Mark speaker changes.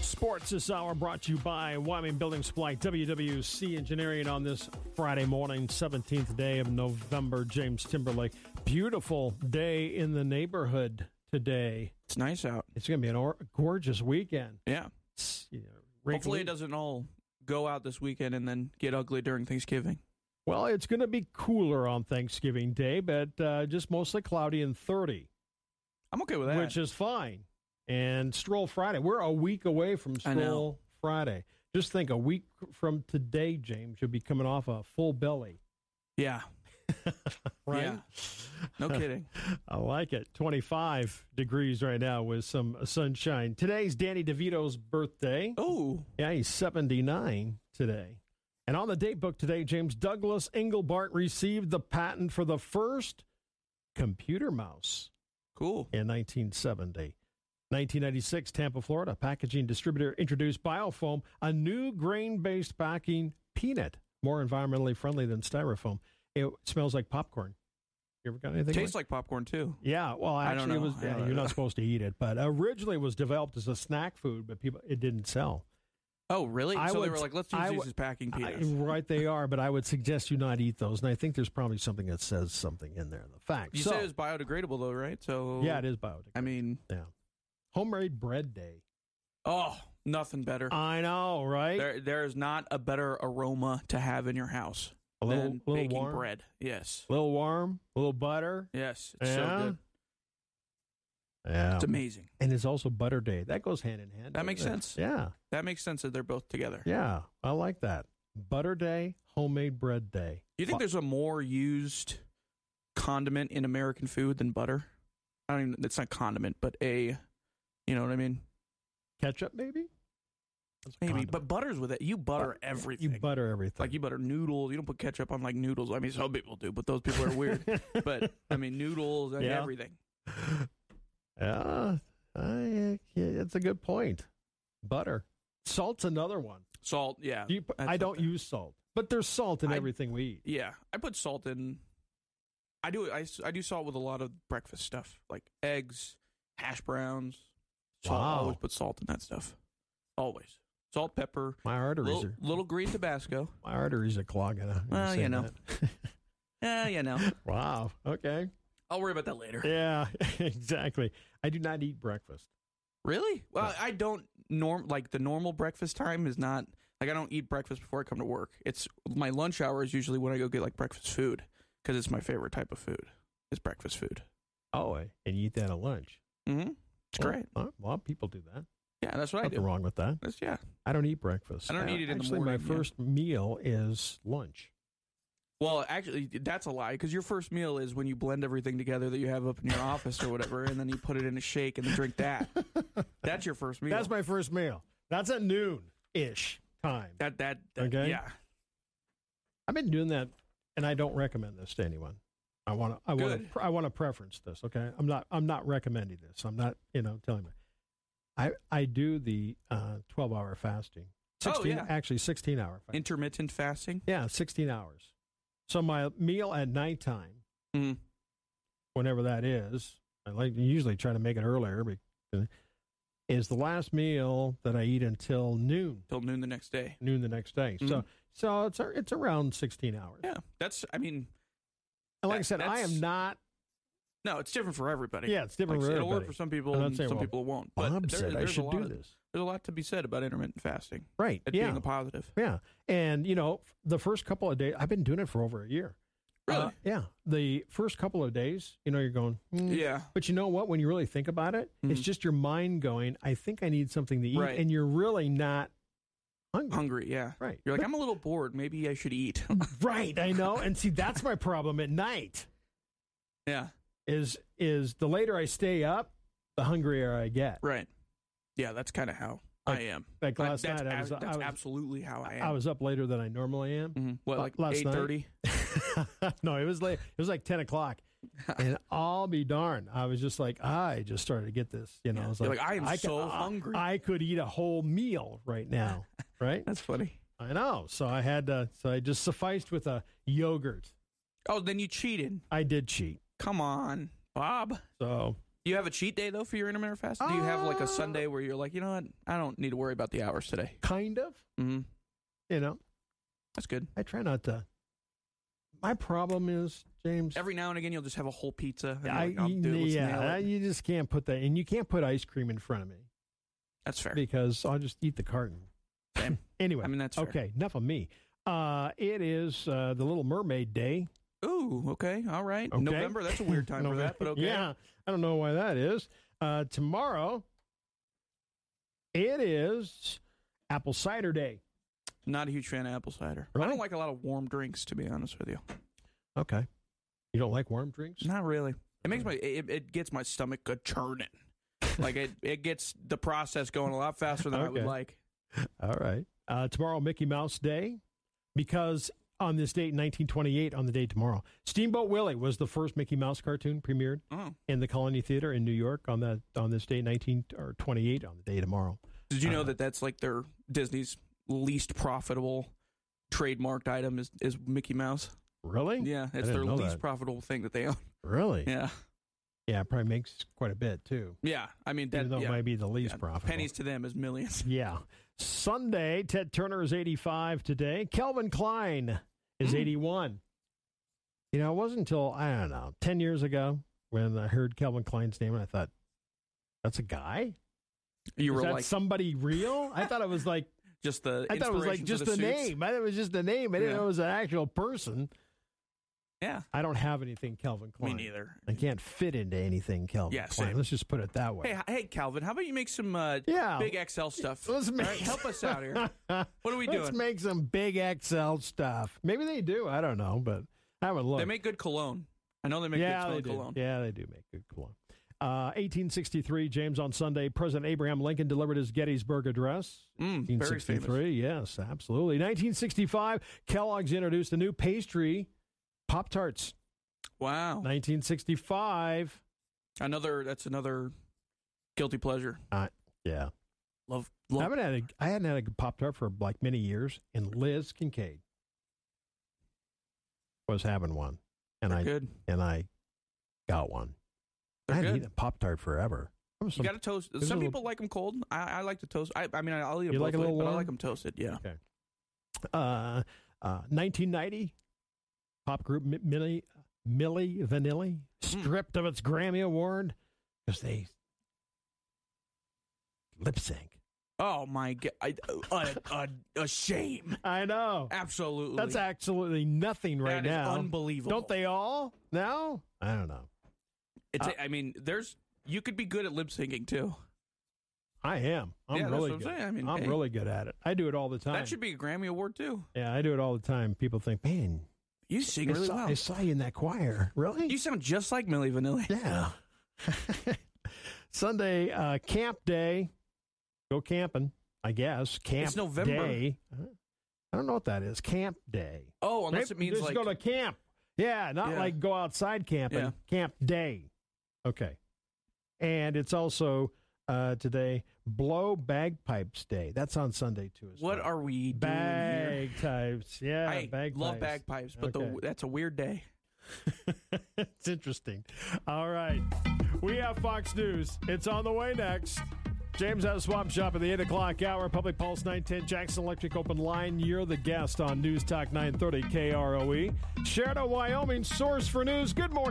Speaker 1: Sports this hour brought to you by Wyoming Building Supply, WWC Engineering on this Friday morning, 17th day of November. James Timberlake. Beautiful day in the neighborhood today.
Speaker 2: It's nice out.
Speaker 1: It's going to be an or- gorgeous weekend.
Speaker 2: Yeah.
Speaker 1: It's, you know, rake-
Speaker 2: Hopefully, it doesn't all go out this weekend and then get ugly during Thanksgiving.
Speaker 1: Well, it's going to be cooler on Thanksgiving Day, but uh, just mostly cloudy and 30.
Speaker 2: I'm okay with that.
Speaker 1: which is fine. And Stroll Friday, we're a week away from
Speaker 2: I know.
Speaker 1: Stroll Friday. Just think, a week from today, James, you'll be coming off a full belly,
Speaker 2: yeah.
Speaker 1: right?
Speaker 2: Yeah. No kidding.
Speaker 1: I like it. 25 degrees right now with some sunshine. Today's Danny DeVito's birthday.
Speaker 2: Oh,
Speaker 1: Yeah, he's 79 today. And on the date book today, James Douglas Engelbart received the patent for the first computer mouse.
Speaker 2: cool.
Speaker 1: in 1970. 1996, Tampa, Florida, packaging distributor introduced Biofoam, a new grain based packing peanut, more environmentally friendly than styrofoam. It smells like popcorn. You ever got anything?
Speaker 2: Tastes like popcorn too.
Speaker 1: yeah, well,
Speaker 2: I
Speaker 1: actually,
Speaker 2: don't
Speaker 1: it
Speaker 2: know.
Speaker 1: was.
Speaker 2: I
Speaker 1: Yeah,
Speaker 2: don't
Speaker 1: you're
Speaker 2: know.
Speaker 1: not supposed to eat it, but originally it was developed as a snack food, but people it didn't sell.
Speaker 2: Oh, really?
Speaker 1: I
Speaker 2: so they
Speaker 1: would-
Speaker 2: were like, let's use
Speaker 1: I
Speaker 2: these
Speaker 1: would-
Speaker 2: as packing
Speaker 1: I-
Speaker 2: peanuts.
Speaker 1: right, they are, but I would suggest you not eat those. And I think there's probably something that says something in there. The fact,
Speaker 2: you
Speaker 1: so,
Speaker 2: said it was biodegradable though, right? So
Speaker 1: yeah, it is biodegradable.
Speaker 2: I mean,
Speaker 1: Homemade bread day.
Speaker 2: oh, nothing better.
Speaker 1: I know, right?
Speaker 2: there, there is not a better aroma to have in your house
Speaker 1: a little,
Speaker 2: than
Speaker 1: little
Speaker 2: baking
Speaker 1: warm,
Speaker 2: bread. Yes.
Speaker 1: a little warm, a little butter.
Speaker 2: Yes. It's
Speaker 1: Yeah?
Speaker 2: so good.
Speaker 1: Yeah,
Speaker 2: It's amazing.
Speaker 1: and it's also butter day. That goes hand in hand.
Speaker 2: That
Speaker 1: doesn't
Speaker 2: makes
Speaker 1: it?
Speaker 2: sense.
Speaker 1: Yeah,
Speaker 2: That makes sense that they're both together.
Speaker 1: yeah, I like that. Butter day, homemade bread day.
Speaker 2: You think
Speaker 1: Bu-
Speaker 2: there's a more used condiment in American food than butter? I don't even. It's not condiment, but a. You know what I mean?
Speaker 1: ketchup? Maybe. That's a
Speaker 2: Maybe,
Speaker 1: condiment.
Speaker 2: but butter's with it. You butter
Speaker 1: But-
Speaker 2: everything.
Speaker 1: You butter everything.
Speaker 2: like you butter noodles. You don't put ketchup on like noodles. I mean, some people do, but those people are weird. but I mean, noodles and
Speaker 1: Yeah.
Speaker 2: everything.
Speaker 1: yeah, I, yeah, that's a good point. Butter, salt's another one.
Speaker 2: Salt, yeah,
Speaker 1: Do you put-
Speaker 2: Uh, that's
Speaker 1: I don't
Speaker 2: something.
Speaker 1: use salt, but there's salt in
Speaker 2: I-
Speaker 1: everything we eat.
Speaker 2: yeah. I put salt in. I do. I, s- I do salt with a lot of breakfast stuff, like eggs, hash browns. Salt. I
Speaker 1: Wow.
Speaker 2: always put salt in that stuff. Always salt, pepper,
Speaker 1: My arteries
Speaker 2: little,
Speaker 1: are
Speaker 2: little green Tabasco.
Speaker 1: my arteries are clogging. up.
Speaker 2: Well,
Speaker 1: say
Speaker 2: you know.
Speaker 1: that.
Speaker 2: Yeah, Eh, you know.
Speaker 1: wow. Okay.
Speaker 2: I'll worry about that later.
Speaker 1: Yeah, exactly. I do not eat breakfast.
Speaker 2: Really? Well,
Speaker 1: No.
Speaker 2: I don't norm like the normal breakfast time is not like I don't eat breakfast before I come to work. It's my lunch hour is usually when I go get like breakfast food because it's my favorite type of food. It's breakfast food.
Speaker 1: Oh, and you eat that at lunch.
Speaker 2: Mm-hmm. It's
Speaker 1: Well,
Speaker 2: great.
Speaker 1: huh? a lot of people do that.
Speaker 2: Yeah, that's what I
Speaker 1: Nothing
Speaker 2: do.
Speaker 1: wrong with that.
Speaker 2: That's, yeah.
Speaker 1: I don't eat breakfast.
Speaker 2: I don't
Speaker 1: Uh,
Speaker 2: eat it in the
Speaker 1: actually,
Speaker 2: morning,
Speaker 1: My
Speaker 2: yeah.
Speaker 1: first meal is lunch.
Speaker 2: Well, actually, that's a lie because your first meal is when you blend everything together that you have up in your office or whatever, and then you put it in a shake and then drink that. That's your first meal.
Speaker 1: That's my first meal. That's at noon ish time.
Speaker 2: that that, that
Speaker 1: Okay.
Speaker 2: yeah.
Speaker 1: I've been doing that, and I don't recommend this to anyone. I want to. I want
Speaker 2: Good.
Speaker 1: to. I want to preference this. Okay, I'm not. I'm not recommending this. I'm not. You know, telling me. I I do the uh, 12 hour fasting.
Speaker 2: Oh,
Speaker 1: 16,
Speaker 2: yeah.
Speaker 1: Actually, 16 hour. Fasting.
Speaker 2: Intermittent fasting.
Speaker 1: Yeah, 16 hours. So my meal at nighttime,
Speaker 2: Mm.
Speaker 1: whenever that is, I like usually try to make it earlier, but uh, is the last meal that I eat until noon,
Speaker 2: Till noon the next day.
Speaker 1: noon the next day. So so it's a- it's around 16 hours.
Speaker 2: Mm-hmm. Yeah, that's. I mean,
Speaker 1: and like I
Speaker 2: that-
Speaker 1: said, I am
Speaker 2: that's-
Speaker 1: not.
Speaker 2: No, it's different for everybody.
Speaker 1: Yeah, it's different.
Speaker 2: Like,
Speaker 1: for
Speaker 2: it'll work
Speaker 1: everybody.
Speaker 2: for some people,
Speaker 1: I'm not
Speaker 2: and
Speaker 1: saying,
Speaker 2: some
Speaker 1: well,
Speaker 2: people won't. But
Speaker 1: Bob
Speaker 2: there-
Speaker 1: said I
Speaker 2: there's a
Speaker 1: should
Speaker 2: lot
Speaker 1: do
Speaker 2: of-
Speaker 1: this.
Speaker 2: There's a lot to be said about intermittent fasting.
Speaker 1: Right.
Speaker 2: It
Speaker 1: Yeah.
Speaker 2: being a positive.
Speaker 1: yeah. And you know, the first couple of days, I've been doing it for over a year. Uh, yeah. The first couple of days, you know, you're going. "Hmm,
Speaker 2: yeah.
Speaker 1: But you know what? When you really think about it, it's
Speaker 2: Mhm.
Speaker 1: just your mind going, I think I need something to eat.
Speaker 2: Right.
Speaker 1: And you're really not hungry.
Speaker 2: Hungry. Yeah.
Speaker 1: Right.
Speaker 2: You're like, "Ah." I'm a little bored. Maybe I should eat.
Speaker 1: Mm. right. I know. And see, that's my problem at night
Speaker 2: yeah.
Speaker 1: is is the later I stay up, the hungrier I get.
Speaker 2: Right. Yeah. That's kind of how I am.
Speaker 1: Like
Speaker 2: I-
Speaker 1: last
Speaker 2: that's
Speaker 1: night, I
Speaker 2: ab-
Speaker 1: was,
Speaker 2: that's
Speaker 1: I, was,
Speaker 2: absolutely how I am.
Speaker 1: I was up later than I normally am.
Speaker 2: Mhm. What,
Speaker 1: la-
Speaker 2: like
Speaker 1: last night.
Speaker 2: eight thirty?
Speaker 1: no, it was late. It was like 10 o'clock. and I'll be darned. I was just like, I just started to get this. You know, I was
Speaker 2: You're
Speaker 1: like,
Speaker 2: like, I am
Speaker 1: I
Speaker 2: so
Speaker 1: could,
Speaker 2: hungry.
Speaker 1: I could eat a whole meal right now. Right?
Speaker 2: That's funny.
Speaker 1: I know. So I had to, so I just sufficed with a yogurt.
Speaker 2: Oh, then you cheated.
Speaker 1: I did cheat.
Speaker 2: Come on, Bob.
Speaker 1: So
Speaker 2: Do you have a cheat day though for your intermittent fast? Do you have like
Speaker 1: Uh,
Speaker 2: a Sunday where you're like, you know what, I don't need to worry about the hours today.
Speaker 1: Kind of.
Speaker 2: hmm
Speaker 1: You know,
Speaker 2: That's good.
Speaker 1: I try not to. My problem is, James.
Speaker 2: Every now and again, you'll just have a whole pizza. And
Speaker 1: I,
Speaker 2: I, will do it. Let's
Speaker 1: yeah,
Speaker 2: nail
Speaker 1: I-
Speaker 2: it."
Speaker 1: you just can't put that, and you can't put ice cream in front of me
Speaker 2: that's fair.
Speaker 1: because I'll just eat the carton.
Speaker 2: Same.
Speaker 1: anyway,
Speaker 2: I mean, that's fair.
Speaker 1: okay. Enough of me. Uh, it is uh, the Little Mermaid Day.
Speaker 2: Ooh, okay, all right.
Speaker 1: Okay.
Speaker 2: November. That's a weird time for
Speaker 1: November-
Speaker 2: that, but okay.
Speaker 1: Yeah, I don't know why that is. Uh, tomorrow, it is Apple Cider Day.
Speaker 2: Not a huge fan of apple cider. I
Speaker 1: Really?
Speaker 2: don't like a lot of warm drinks, to be honest with you.
Speaker 1: Okay. You don't like warm drinks?
Speaker 2: Not really. It makes my it, it gets my stomach a churning. like it it gets the process going a lot faster than I would
Speaker 1: Okay.
Speaker 2: like.
Speaker 1: All right. Uh, tomorrow, Mickey Mouse Day, because on this date, 1928, on the day tomorrow, Steamboat Willie was the first Mickey Mouse cartoon premiered
Speaker 2: Oh,
Speaker 1: in the Colony Theater in New York on that on this date, 19 or 28, on the day tomorrow.
Speaker 2: did you know
Speaker 1: Uh,
Speaker 2: that that's like their Disney's least profitable trademarked item is is Mickey Mouse?
Speaker 1: Really?
Speaker 2: Yeah, it's
Speaker 1: didn't
Speaker 2: their
Speaker 1: know
Speaker 2: least
Speaker 1: that.
Speaker 2: profitable thing that they own.
Speaker 1: Really?
Speaker 2: Yeah,
Speaker 1: Yeah, it probably makes quite a bit too.
Speaker 2: yeah. I mean
Speaker 1: Even
Speaker 2: that
Speaker 1: though
Speaker 2: yeah,
Speaker 1: it might be the least
Speaker 2: yeah.
Speaker 1: profitable.
Speaker 2: pennies to them is millions.
Speaker 1: Yeah. Sunday, Ted Turner is 85 today. Kelvin Klein is
Speaker 2: Hmm.
Speaker 1: 81. You know, it wasn't until, I don't know, 10 years ago when I heard Kelvin Klein's name and I thought, that's a guy?
Speaker 2: You
Speaker 1: is
Speaker 2: were
Speaker 1: that
Speaker 2: like
Speaker 1: somebody real? I thought it was like,
Speaker 2: just the
Speaker 1: I thought it was like
Speaker 2: inspiration for
Speaker 1: just
Speaker 2: the
Speaker 1: a
Speaker 2: suits.
Speaker 1: name. I thought it was just a name. I didn't
Speaker 2: Yeah.
Speaker 1: know it was an actual person.
Speaker 2: Yeah,
Speaker 1: I don't have anything Kelvin
Speaker 2: me
Speaker 1: Klein.
Speaker 2: neither.
Speaker 1: I can't fit into anything Kelvin
Speaker 2: Yeah,
Speaker 1: Klein.
Speaker 2: same.
Speaker 1: Let's just put it that way.
Speaker 2: Hey, h- hey, Calvin, how about you make some uh,
Speaker 1: yeah.
Speaker 2: big XL stuff?
Speaker 1: Let's
Speaker 2: All
Speaker 1: make-
Speaker 2: right, help us out here. What are we
Speaker 1: Let's
Speaker 2: doing?
Speaker 1: make some big XL stuff. Maybe they do. I don't know, but I would look.
Speaker 2: They make good cologne. I know they make
Speaker 1: yeah,
Speaker 2: good
Speaker 1: they
Speaker 2: smelling
Speaker 1: do.
Speaker 2: cologne.
Speaker 1: Yeah, they do make good cologne. Uh, 1863, James on Sunday, President Abraham Lincoln delivered his Gettysburg Address.
Speaker 2: Mm, very famous.
Speaker 1: 1963, yes, absolutely. 1965, Kellogg's introduced a new pastry, Pop Tarts.
Speaker 2: Wow.
Speaker 1: 1965.
Speaker 2: Another that's another guilty pleasure.
Speaker 1: Yeah.
Speaker 2: Love
Speaker 1: I
Speaker 2: love
Speaker 1: haven't had a, I hadn't had a Pop Tart for like many years, and Liz Kincaid was having one. And I
Speaker 2: good.
Speaker 1: and I got one. I
Speaker 2: They're
Speaker 1: hadn't
Speaker 2: good.
Speaker 1: eaten a Pop Tart forever. I was
Speaker 2: You
Speaker 1: some-
Speaker 2: got to toast.
Speaker 1: a
Speaker 2: Some
Speaker 1: little-
Speaker 2: people like 'em like them cold. I, I like to toast. I, I mean, I- I'll eat them
Speaker 1: You
Speaker 2: both
Speaker 1: like a
Speaker 2: ways,
Speaker 1: little
Speaker 2: but I
Speaker 1: warm?
Speaker 2: like them toasted. Yeah.
Speaker 1: uh, uh, 1990 pop group Mi- Millie Millie Vanilli
Speaker 2: Hmm.
Speaker 1: stripped of its Grammy award because they lip sync.
Speaker 2: Oh my god! I, a, a, a shame.
Speaker 1: I know
Speaker 2: Absolutely.
Speaker 1: that's absolutely nothing
Speaker 2: That
Speaker 1: right
Speaker 2: is
Speaker 1: now.
Speaker 2: unbelievable.
Speaker 1: Don't they all now? I don't know.
Speaker 2: It's. a- I mean, there's. You could be good at lip syncing too.
Speaker 1: I am. I'm
Speaker 2: Yeah, that's
Speaker 1: really
Speaker 2: what I'm
Speaker 1: good.
Speaker 2: saying. I mean,
Speaker 1: I'm
Speaker 2: hey.
Speaker 1: really good at it. I do it all the time.
Speaker 2: That should be a Grammy award too.
Speaker 1: yeah, I do it all the time. People think, man,
Speaker 2: You sing
Speaker 1: I
Speaker 2: really
Speaker 1: saw,
Speaker 2: well.
Speaker 1: I saw you in that choir. Really?
Speaker 2: You sound just like Millie Vanilli.
Speaker 1: Yeah. Sunday uh, camp day. Go camping, I guess. Camp
Speaker 2: November.
Speaker 1: day. I don't know what that is. Camp day.
Speaker 2: Oh, unless it
Speaker 1: Maybe
Speaker 2: means
Speaker 1: just
Speaker 2: like
Speaker 1: go to camp. Yeah, not
Speaker 2: Yeah.
Speaker 1: like go outside camping.
Speaker 2: Yeah.
Speaker 1: Camp day. Okay. And it's also uh, today blow bagpipes day. That's on Sunday too. As
Speaker 2: what
Speaker 1: well.
Speaker 2: are we doing here?
Speaker 1: bagpipes? Yeah,
Speaker 2: I
Speaker 1: bagpipes.
Speaker 2: love bagpipes, but
Speaker 1: Okay.
Speaker 2: the, that's a weird day.
Speaker 1: it's interesting. All right. We have Fox News. It's on the way next. James out of Swamp Shop at the 8 o'clock hour. Public Pulse 910 Jackson Electric Open Line. You're the E. guest on News Talk 930 KROE. Sheridan, Wyoming, source for news. Good morning.